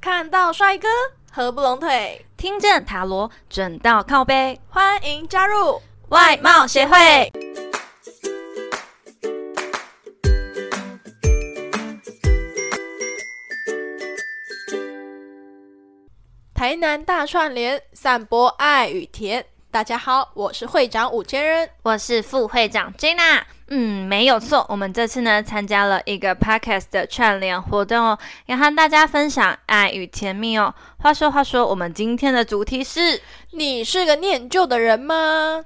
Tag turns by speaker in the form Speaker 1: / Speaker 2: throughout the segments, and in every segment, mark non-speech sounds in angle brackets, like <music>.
Speaker 1: 看到帅哥合不拢腿，
Speaker 2: 听见塔罗准到靠背，
Speaker 1: 欢迎加入。
Speaker 2: 外貌协会。
Speaker 1: 台南大串联，散播爱与甜。大家好，我是会长五千人。
Speaker 2: 我是副会长 Jenna。嗯，没有错，我们这次呢参加了一个 Podcast 的串联活动哦，要和大家分享爱与甜蜜哦。话说话说，我们今天的主题是，
Speaker 1: 你是个念旧的人吗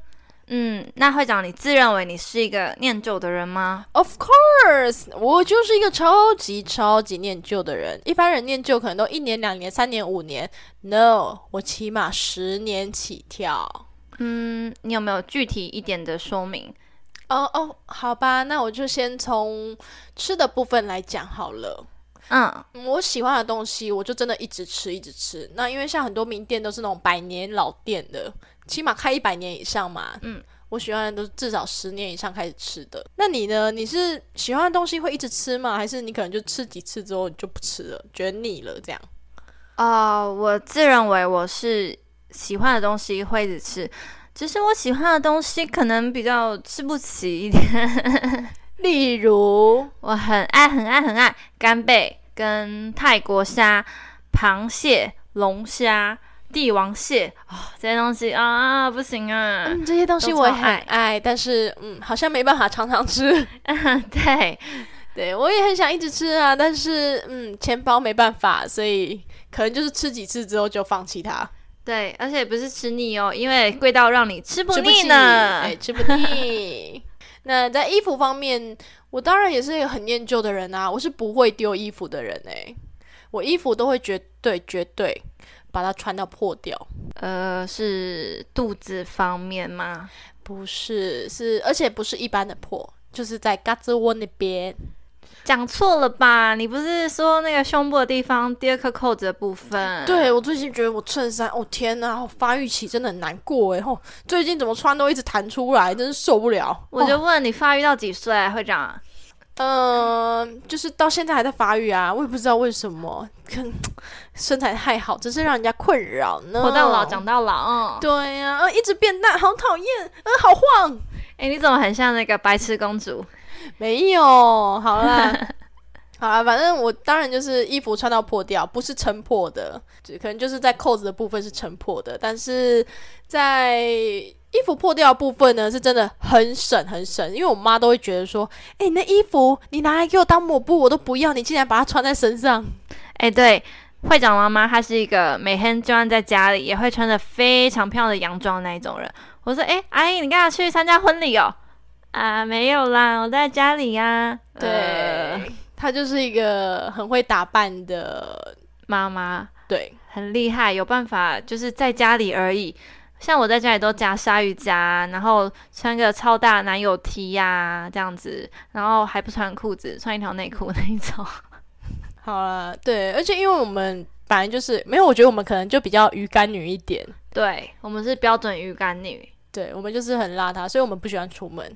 Speaker 2: 嗯，那会长，你自认为你是一个念旧的人吗？
Speaker 1: ？Of course，我就是一个超级超级念旧的人。一般人念旧可能都一年、两年、三年、五年，no，我起码十年起跳。
Speaker 2: 嗯，你有没有具体一点的说明？
Speaker 1: 哦哦，好吧，那我就先从吃的部分来讲好了。
Speaker 2: 嗯，
Speaker 1: 嗯我喜欢的东西，我就真的一直吃，一直吃。那因为像很多名店都是那种百年老店的，起码开一百年以上嘛。
Speaker 2: 嗯，
Speaker 1: 我喜欢的都是至少十年以上开始吃的。那你呢？你是喜欢的东西会一直吃吗？还是你可能就吃几次之后你就不吃了，觉得腻了这样？
Speaker 2: 哦，我自认为我是喜欢的东西会一直吃，只是我喜欢的东西可能比较吃不起一点。 <laughs>
Speaker 1: 例如，
Speaker 2: 我很爱很爱很爱干贝、跟泰国虾、螃蟹、龙虾、帝王蟹哦，这些东西啊不行啊。
Speaker 1: <laughs> 嗯，这些东西
Speaker 2: 都
Speaker 1: 我也
Speaker 2: 超
Speaker 1: 很
Speaker 2: 爱
Speaker 1: 爱，但是嗯，好像没办法常常吃。 <laughs>
Speaker 2: 对，
Speaker 1: 对我也很想一直吃啊，但是嗯，钱包没办法，所以可能就是吃几次之后就放弃它。
Speaker 2: 对，而且不是吃腻哦，因为贵到让你吃不
Speaker 1: 吃不
Speaker 2: 腻
Speaker 1: 腻
Speaker 2: 呢。
Speaker 1: 哎，吃不 <laughs> 腻。那在衣服方面，我当然也是一个很念旧的人啊，我是不会丢衣服的人哎、我衣服都会绝对绝对把它穿到破掉，
Speaker 2: 呃，是肚子方面吗？
Speaker 1: 不是是，而且不是一般的破，就是在胳肢窝那边。
Speaker 2: 讲错了吧？你不是说那个胸部的地方第二颗扣子的部分？，
Speaker 1: 对我最近觉得我衬衫，哦天哪，我发育期真的很难过哎、吼、最近怎么穿都一直弹出来，真是受不了。
Speaker 2: 我
Speaker 1: 哦
Speaker 2: 就问你发育到几岁，会长？
Speaker 1: 嗯，就是到现在还在发育啊，我也不知道为什么，可能身材太好，真是让人家困扰呢。
Speaker 2: 活到老，长到老。嗯
Speaker 1: 对呀、啊，一直变大，好讨厌，嗯，好晃。
Speaker 2: 哎、你怎么很像那个白痴公主？
Speaker 1: 没有，好啦，好啦，反正我当然就是衣服穿到破掉，不是撑破的，就可能就是在扣子的部分是撑破的，但是在衣服破掉的部分呢，是真的很省很省，因为我妈都会觉得说，哎、你那衣服你拿来给我当抹布，我都不要，你竟然把它穿在身上。 <laughs>
Speaker 2: 哎、对，会长妈妈她是一个每天就算在家里也会穿着非常漂亮的洋装的那一种人。我说，哎、阿姨，你干嘛去参加婚礼哦？啊，没有啦，我在家里呀、
Speaker 1: 对，
Speaker 2: 呃
Speaker 1: 她就是一个很会打扮的，
Speaker 2: 妈妈
Speaker 1: 对，
Speaker 2: 很厉害，有办法，就是在家里而已。像我在家里都夹鲨鱼夹，然后穿个超大的男友 T 呀、这样子，然后还不穿裤子，穿一条内裤那一种。
Speaker 1: 好啦，对，而且因为我们本来就是没有，我觉得我们可能就比较鱼干女一点，
Speaker 2: 对我们是标准鱼竿女。
Speaker 1: 对我们就是很邋遢，所以我们不喜欢出门。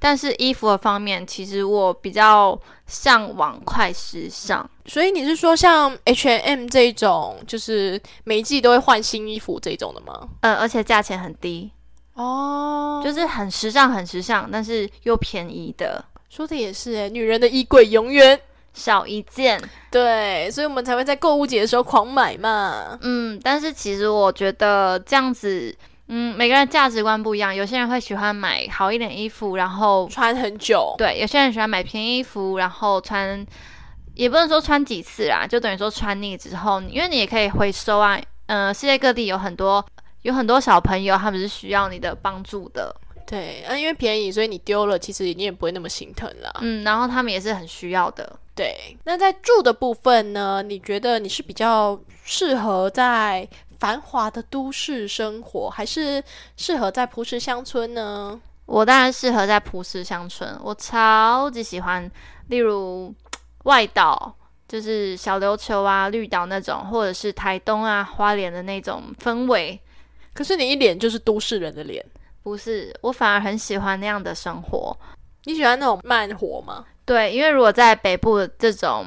Speaker 2: 但是衣服的方面，其实我比较向往快时尚。
Speaker 1: 所以你是说像 H M 这一种，就是每一季都会换新衣服这一种的吗？
Speaker 2: 呃，而且价钱很低，
Speaker 1: 哦就
Speaker 2: 就是很时尚、很时尚，但是又便宜的，
Speaker 1: 说的也是诶，女人的衣柜永远
Speaker 2: 少一件。
Speaker 1: 对，所以我们才会在购物节的时候狂买嘛。
Speaker 2: 嗯，但是其实我觉得这样子，嗯，每个人价值观不一样，有些人会喜欢买好一点衣服，然后
Speaker 1: 穿很久，
Speaker 2: 对，有些人喜欢买便宜衣服，然后穿，也不能说穿几次啦，就等于说穿腻之后，因为你也可以回收啊。嗯、世界各地有很多有很多小朋友，他们是需要你的帮助的，
Speaker 1: 对，啊，因为便宜，所以你丢了，其实你也不会那么心疼啦。
Speaker 2: 嗯，然后他们也是很需要的。
Speaker 1: 对，那在住的部分呢？你觉得你是比较适合在繁华的都市生活，还是适合在朴实乡村呢？
Speaker 2: 我当然适合在朴实乡村，我超级喜欢，例如外岛，就是小琉球啊、绿岛那种，或者是台东啊、花莲的那种氛围。
Speaker 1: 可是你一脸就是都市人的脸，
Speaker 2: 不是，我反而很喜欢那样的生活。
Speaker 1: 你喜欢那种慢活吗？
Speaker 2: 对，因为如果在北部的这种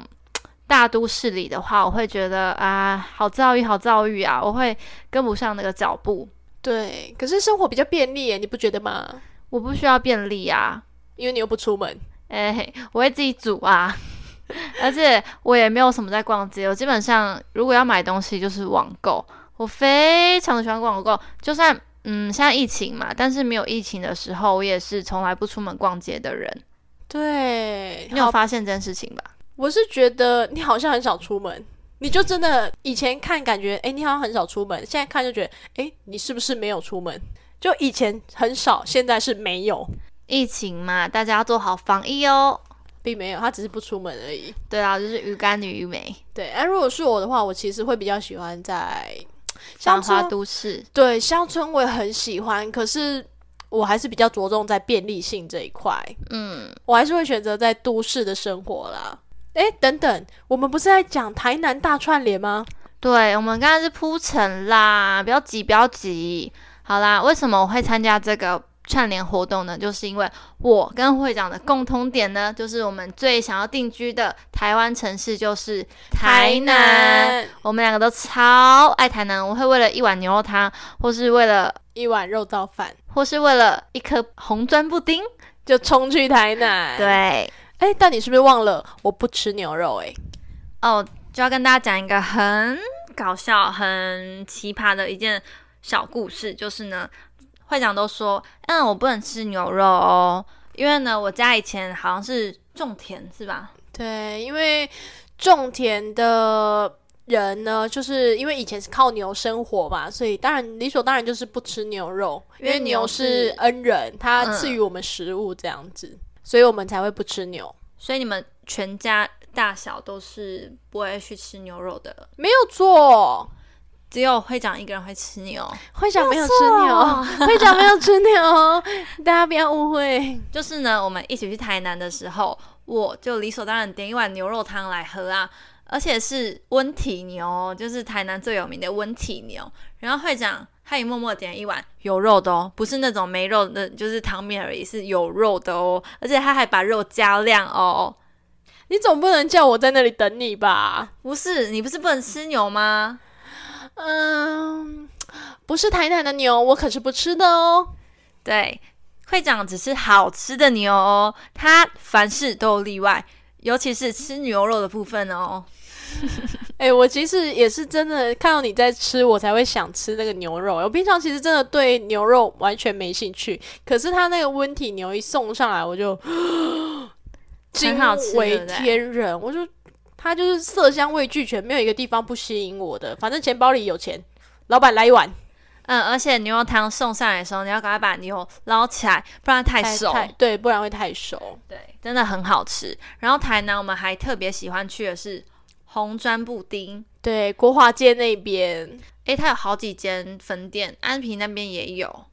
Speaker 2: 大都市里的话，我会觉得啊，好躁郁，好躁郁啊，我会跟不上那个脚步。
Speaker 1: 对，可是生活比较便利耶，你不觉得吗？
Speaker 2: 我不需要便利啊，
Speaker 1: 因为你又不出门。
Speaker 2: 哎、我会自己煮啊， <laughs> 而且我也没有什么在逛街，我基本上如果要买东西就是网购，我非常的喜欢逛网购，就算。嗯，现在疫情嘛，但是没有疫情的时候，我也是从来不出门逛街的人。
Speaker 1: 对，
Speaker 2: 你有发现这件事情吧？
Speaker 1: 我是觉得你好像很少出门，你就真的以前看感觉，哎诶，你好像很少出门，现在看就觉得，诶，你是不是没有出门？就以前很少，现在是没有，
Speaker 2: 疫情嘛，大家要做好防疫哦。
Speaker 1: 并没有，他只是不出门而已。
Speaker 2: 对啊，就是鱼干女鱼美，
Speaker 1: 对，哎、如果是我的话，我其实会比较喜欢在乡
Speaker 2: 繁华
Speaker 1: 村，
Speaker 2: 都市。
Speaker 1: 对乡村我也很喜欢，可是我还是比较着重在便利性这一块，
Speaker 2: 嗯，
Speaker 1: 我还是会选择在都市的生活啦。诶，等等，我们不是在讲台南大串联吗？
Speaker 2: 对，我们刚才是铺陈啦，不要急，不要急。好啦，为什么我会参加这个串联活动呢？就是因为我跟会长的共通点呢，就是我们最想要定居的台湾城市就是台南。我们两个都超爱台南，我会为了一碗牛肉汤，或是为了，
Speaker 1: 一碗肉燥饭。
Speaker 2: 或是为了一颗红砖布丁。
Speaker 1: 就冲去台南。，
Speaker 2: 对，
Speaker 1: 哎、但你是不是忘了我不吃牛肉、诶，
Speaker 2: 哦，就要跟大家讲一个很搞笑、很奇葩的一件小故事，就是呢，会长都说，嗯，我不能吃牛肉哦，因为呢，我家以前好像是种田，是吧？
Speaker 1: 对，因为种田的人呢，就是因为以前是靠牛生活嘛，所以当然理所当然就是不吃牛肉，因
Speaker 2: 因为
Speaker 1: 为
Speaker 2: 牛
Speaker 1: 牛
Speaker 2: 是
Speaker 1: 是恩人，它
Speaker 2: 嗯
Speaker 1: 赐予我们食物这样子，所以我们才会不吃牛。
Speaker 2: 所以你们全家大小都是不会去吃牛肉的，
Speaker 1: 没有错，
Speaker 2: 只有会长一个人会吃牛，
Speaker 1: 会长没有吃牛，会长没有吃 <laughs> 牛，大家不要误会。
Speaker 2: 就是呢，我们一起去台南的时候，我就理所当然点一碗牛肉汤来喝啊，而且是温体牛哦，就是台南最有名的温体牛。然后会长他也默默点一碗有肉的哦，不是那种没肉的，就是汤面而已，是有肉的哦，而且他还把肉加量哦。
Speaker 1: 你总不能叫我在那里等你吧？
Speaker 2: 不是你不是不能吃牛吗？
Speaker 1: 嗯，不是台南的牛，我可是不吃的哦。
Speaker 2: 对，会长只是好吃的牛哦，他凡事都有例外，尤其是吃牛肉的部分哦。
Speaker 1: 哎、我其实也是真的看到你在吃，我才会想吃那个牛肉。我平常其实真的对牛肉完全没兴趣，可是他那个温体牛一送上来，我就 <gasps> 惊
Speaker 2: 很好吃
Speaker 1: 为
Speaker 2: 对不对
Speaker 1: 天人。我就他就是色香味俱全，没有一个地方不吸引我的。反正钱包里有钱，老板来一碗，
Speaker 2: 嗯，而且牛肉汤送上来的时候，你要赶快把牛捞起来，不然太熟。
Speaker 1: 对，不然会太熟。
Speaker 2: 对，真的很好吃。然后台南我们还特别喜欢去的是红砖布丁，
Speaker 1: 对，国华街那边，
Speaker 2: 诶，它有好几间分店，安平那边也有。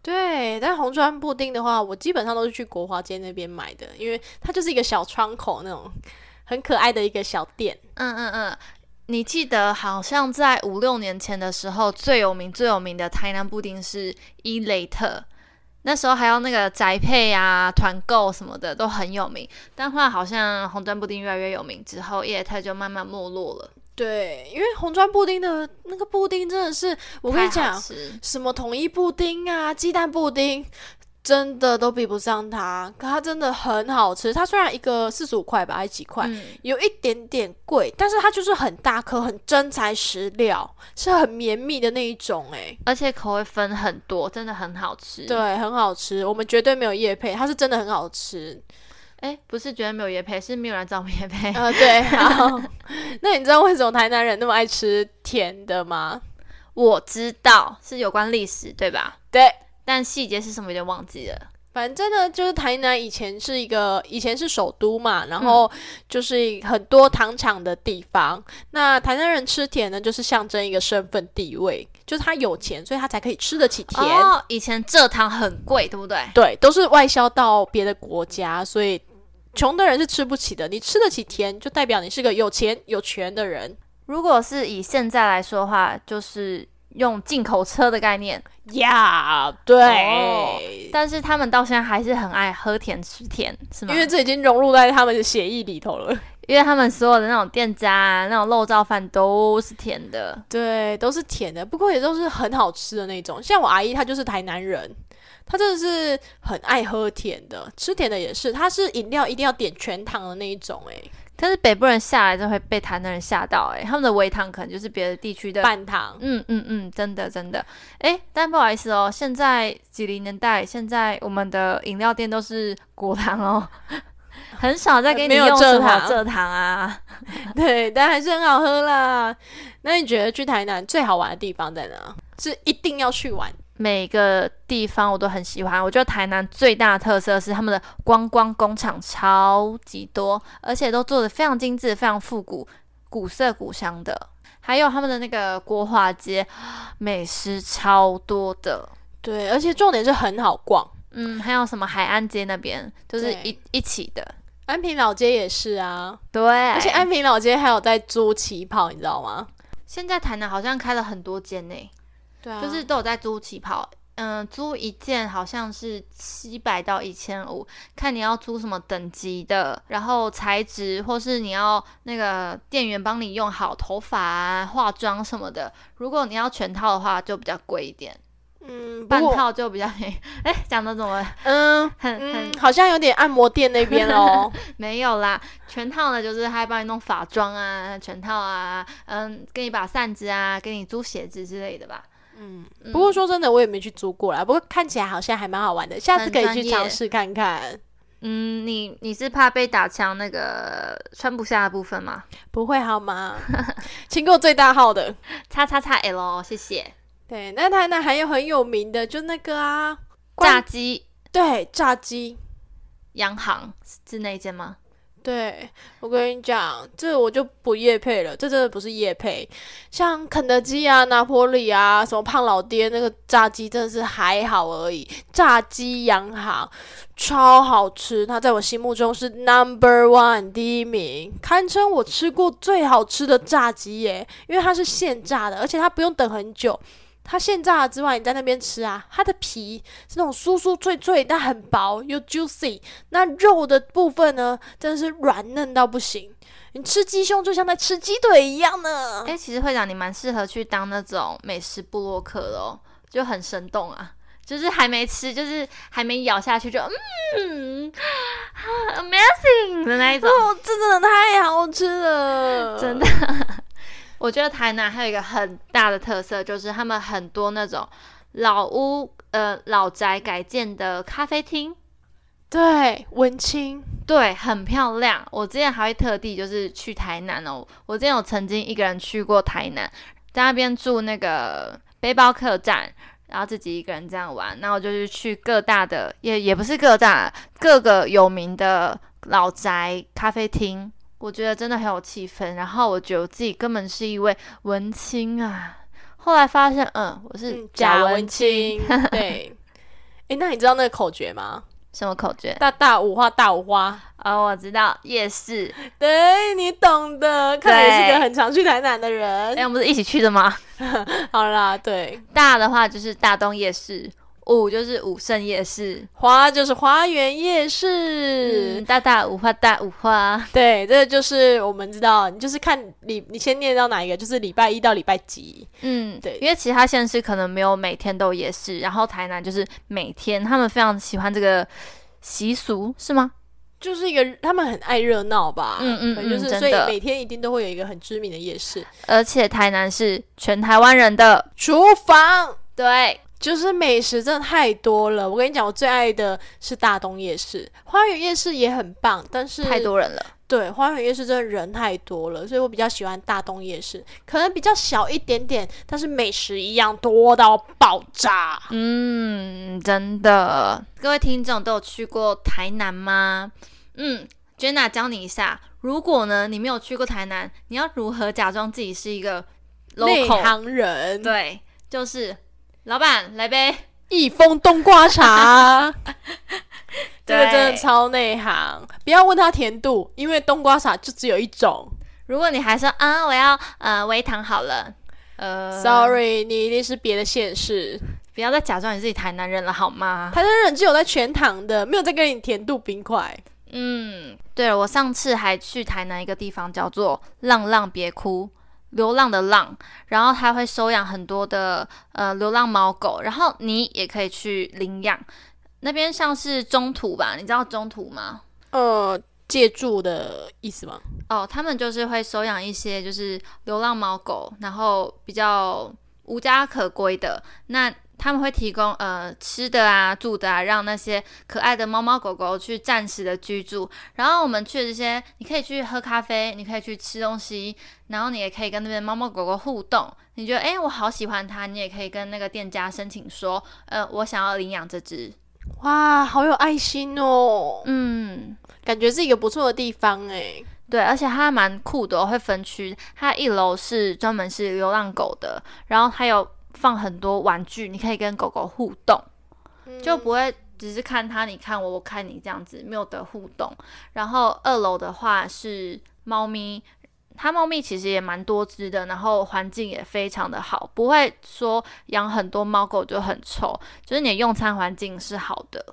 Speaker 1: 对，但红砖布丁的话，我基本上都是去国华街那边买的，因为它就是一个小窗口那种很可爱的一个小店。
Speaker 2: 嗯嗯嗯，你记得好像在五六年前的时候，最有名最有名的台南布丁是伊雷特，那时候还有那个宅配啊、团购什么的都很有名。但后来好像红砖布丁越来越有名之后，伊雷特就慢慢没落了。
Speaker 1: 对，因为红砖布丁的那个布丁真的是，我跟你
Speaker 2: 太好
Speaker 1: 讲，
Speaker 2: 吃
Speaker 1: 什么统一布丁啊、鸡蛋布丁，真的都比不上它。可它真的很好吃，它虽然一个四十五块吧，还是几块，
Speaker 2: 嗯
Speaker 1: 有一点点贵，但是它就是很大颗，很真材实料，是很绵密的那一种、欸，
Speaker 2: 而且口味分很多，真的很好吃。，
Speaker 1: 对，很好吃，我们绝对没有夜配，它是真的很好吃。
Speaker 2: 哎，不是觉得没有椰配，是没有人找我们椰配。 <laughs>
Speaker 1: 呃，对，好。 <laughs> 那你知道为什么台南人那么爱吃甜的吗？
Speaker 2: 我知道是有关历史，对吧？
Speaker 1: 对，
Speaker 2: 但细节是什么有点忘记了。
Speaker 1: 反正呢，就是台南以前是一个，以前是首都嘛，然后
Speaker 2: 嗯
Speaker 1: 就是很多糖厂的地方。那台南人吃甜呢，就是象征一个身份地位，就是他有钱，所以他才可以吃得起甜。
Speaker 2: 哦，以前蔗糖很贵，对不对？
Speaker 1: 对，都是外销到别的国家，所以穷的人是吃不起的。你吃得起甜，就代表你是个有钱有权的人。
Speaker 2: 如果是以现在来说的话，就是用进口车的概念，
Speaker 1: 呀对
Speaker 2: 哦，但是他们到现在还是很爱喝甜吃甜，是吗？
Speaker 1: 因为这已经融入在他们的协议里头了。
Speaker 2: 因为他们所有的那种店家、啊、那种肉燥饭都是甜的。
Speaker 1: 对，都是甜的，不过也都是很好吃的那种。像我阿姨，她就是台南人，她真的是很爱喝甜的，吃甜的也是。她是饮料一定要点全糖的那一种、欸，
Speaker 2: 但是北部人下来就会被台南人吓到、欸，哎，他们的微糖可能就是别的地区
Speaker 1: 哎，。
Speaker 2: 的
Speaker 1: 半糖。 <laughs>
Speaker 2: 嗯嗯嗯，真的真的，哎，但不好意思哦，现在几零年代，现在我们的饮料店都是果糖哦， <laughs> 很少再给你
Speaker 1: 没有
Speaker 2: 用
Speaker 1: 蔗
Speaker 2: 什么
Speaker 1: 糖
Speaker 2: 蔗糖啊。
Speaker 1: 对，但还是很好喝啦。那你觉得去台南最好玩的地方在哪？是一定要去玩
Speaker 2: 每个地方我都很喜欢。我觉得台南最大的特色是他们的观光工厂超级多，而且都做的非常精致、非常复古、古色古香的。还有他们的那个国华街，美食超多的。
Speaker 1: 对，而且重点是很好逛。
Speaker 2: 嗯，还有什么海岸街那边，就是
Speaker 1: 对
Speaker 2: 一一起的。
Speaker 1: 安平老街也是啊，
Speaker 2: 对，
Speaker 1: 而且安平老街还有在租旗袍，你知道吗？
Speaker 2: 现在台南好像开了很多间呢、
Speaker 1: 对啊
Speaker 2: 就是都有在租旗袍。嗯，租一件好像是七百到一千五，看你要租什么等级的，然后材质，或是你要那个店员帮你用好头发啊、化妆什么的。如果你要全套的话，就比较贵一点，
Speaker 1: 嗯，
Speaker 2: 半
Speaker 1: 不过
Speaker 2: 套就比较便宜。 <laughs> 哎，讲的怎么
Speaker 1: 嗯
Speaker 2: 很很、
Speaker 1: 嗯，好像有点按摩店那边 <laughs> 哦。
Speaker 2: 没有啦？全套呢，就是还帮你弄发妆啊，全套啊，嗯，给你把扇子啊，给你租鞋子之类的吧。嗯
Speaker 1: 不过说真的，我也没去租过啦。不过看起来好像还蛮好玩的，下次
Speaker 2: 很
Speaker 1: 可以
Speaker 2: 专
Speaker 1: 去
Speaker 2: 业
Speaker 1: 尝试看看。
Speaker 2: 嗯，你你是怕被打枪那个穿不下的部分吗？
Speaker 1: 不会好 <laughs> 吗？请给我最大号的。
Speaker 2: 叉叉叉 L，谢谢。
Speaker 1: 对，那台南还有很有名的，就那个啊，
Speaker 2: 炸
Speaker 1: 关
Speaker 2: 鸡
Speaker 1: 对炸鸡。
Speaker 2: 洋行是那一间吗？
Speaker 1: 对我跟你讲，这我就不夜配了，这真的不是夜配。像肯德基啊、拿坡里啊、什么胖老爹那个炸鸡，真的是还好而已。炸鸡洋行超好吃，它在我心目中是 number one 第一名，堪称我吃过最好吃的炸鸡耶，因为它是现炸的，而且它不用等很久。它现炸了之外，你在那边吃啊，它的皮是那种酥酥脆脆，但很薄又 juicy。那肉的部分呢，真的是软嫩到不行，你吃鸡胸就像在吃鸡腿一样呢
Speaker 2: 哎、。其实会长，你蛮适合去当那种美食部落客的哦，就很生动啊。就是还没吃，就是还没咬下去就嗯啊，amazing 的那一种。
Speaker 1: 哦，这真的太好吃了，
Speaker 2: 真的。 <laughs> 我觉得台南还有一个很大的特色，就是他们很多那种老屋、呃老宅改建的咖啡厅，
Speaker 1: 对，文青，
Speaker 2: 对，很漂亮。我之前还会特地就是去台南哦，我之前有曾经一个人去过台南，在那边住那个背包客栈。然后自己一个人这样玩，那我就是去各大的，也也不是各大，各个有名的老宅咖啡厅，我觉得真的很有气氛。然后我觉得我自己根本是一位文青啊。后来发现，嗯，我是
Speaker 1: 嗯，
Speaker 2: 假
Speaker 1: 假
Speaker 2: 文
Speaker 1: 文青， <laughs> 对。诶，那你知道那个口诀吗？
Speaker 2: 什么口诀？
Speaker 1: 大大五花大五花，
Speaker 2: 哦，我知道，夜市。
Speaker 1: <laughs> 对你懂的。看来也是个很常去台南的
Speaker 2: 哎、
Speaker 1: 人。
Speaker 2: 我们不是一起去的吗？
Speaker 1: 好啦，对，
Speaker 2: 大的话就是大东夜市，五就是武圣夜市，
Speaker 1: 花就是花园夜市。
Speaker 2: 嗯，大大五花大五花，
Speaker 1: 对，这就是我们知道，你就是看礼，你先念到哪一个，就是礼拜一到礼拜几。
Speaker 2: 嗯，
Speaker 1: 对
Speaker 2: 因为其他县市可能没有每天都有夜市，然后台南就是每天，他们非常喜欢这个习俗，是吗？
Speaker 1: 就是一个他们很爱热闹吧，
Speaker 2: 嗯嗯
Speaker 1: 可能就
Speaker 2: 嗯
Speaker 1: 是
Speaker 2: 真
Speaker 1: 所以
Speaker 2: 的
Speaker 1: 每天一定都会有一个很知名的夜市
Speaker 2: 而且台南是全台湾人的，
Speaker 1: 厨房。
Speaker 2: 对，
Speaker 1: 就是美食真的太多了，我跟你讲，我最爱的是大东夜市，花园夜市也很棒，但是
Speaker 2: 太多人了，
Speaker 1: 对花园夜市真的人太多了，所以我比较喜欢大东夜市，可能比较小一点点，但是美食一样多到爆炸。
Speaker 2: 嗯，真的，各位听众都有去过台南吗？嗯，Jenna 教你一下，如果呢你没有去过台南，你要如何假装自己是一个
Speaker 1: 内
Speaker 2: local
Speaker 1: 行人，
Speaker 2: 对，就是老板来呗。
Speaker 1: 益丰冬瓜茶，这个
Speaker 2: <laughs> 对
Speaker 1: 真的超内行。不要问它甜度，因为冬瓜茶就只有一种。
Speaker 2: 如果你还说啊，我要呃微糖好了，呃
Speaker 1: Sorry，你一定是别的县市。
Speaker 2: 不要再假装你自己台南人了好吗？
Speaker 1: 台南人只有在全糖的，没有在跟你甜度冰块。
Speaker 2: 嗯，对了，我上次还去台南一个地方叫做“浪浪别哭”，流浪的浪，然后他会收养很多的呃流浪猫狗，然后你也可以去领养。那边像是中途吧，你知道中途吗？
Speaker 1: 呃，借住的意思吗？
Speaker 2: 哦，他们就是会收养一些就是流浪猫狗，然后比较无家可归的，那他们会提供呃吃的啊、住的啊，让那些可爱的猫猫狗狗去暂时的居住。然后我们去的这些，你可以去喝咖啡，你可以去吃东西，然后你也可以跟那边猫猫狗狗互动。你觉得诶，我好喜欢它，你也可以跟那个店家申请说，呃，我想要领养这只。
Speaker 1: 哇，好有爱心哦，
Speaker 2: 嗯，
Speaker 1: 感觉是一个不错的地方哎。
Speaker 2: 对，而且它还蛮酷的哦、会分区。它一楼是专门是流浪狗的，然后它有放很多玩具，你可以跟狗狗互动，就不会只是看它，你看我，我看你这样子，没有得互动。然后二楼的话是猫咪，它猫咪其实也蛮多只的，然后环境也非常的好，不会说养很多猫狗就很臭，就是你的用餐环境是好的。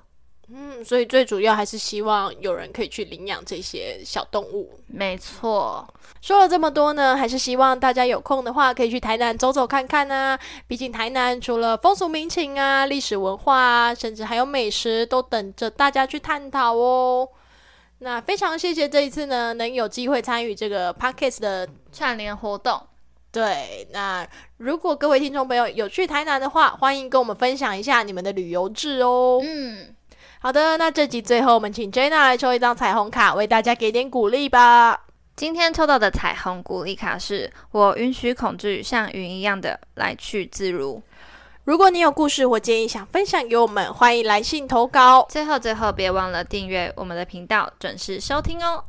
Speaker 1: 嗯，所以最主要还是希望有人可以去领养这些小动物。
Speaker 2: 没错，
Speaker 1: 说了这么多呢，还是希望大家有空的话可以去台南走走看看啊。毕竟台南除了风俗民情啊、历史文化啊，甚至还有美食，都等着大家去探讨哦。那非常谢谢这一次呢，能有机会参与这个 podcast 的
Speaker 2: 串联活动。
Speaker 1: 对，那如果各位听众朋友有去台南的话，欢迎跟我们分享一下你们的旅游志哦。
Speaker 2: 嗯。
Speaker 1: 好的，那这集最后我们请 Jenna 来抽一张彩虹卡，为大家给点鼓励吧。
Speaker 2: 今天抽到的彩虹鼓励卡是：我允许恐惧像云一样的来去自如。
Speaker 1: 如果你有故事或建议想分享给我们，欢迎来信投稿。
Speaker 2: 最后，最后别忘了订阅我们的频道，准时收听哦。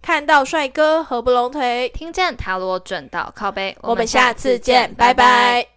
Speaker 1: 看到帅哥合不拢腿，
Speaker 2: 听见塔罗准到靠背，
Speaker 1: 我们下次见，拜拜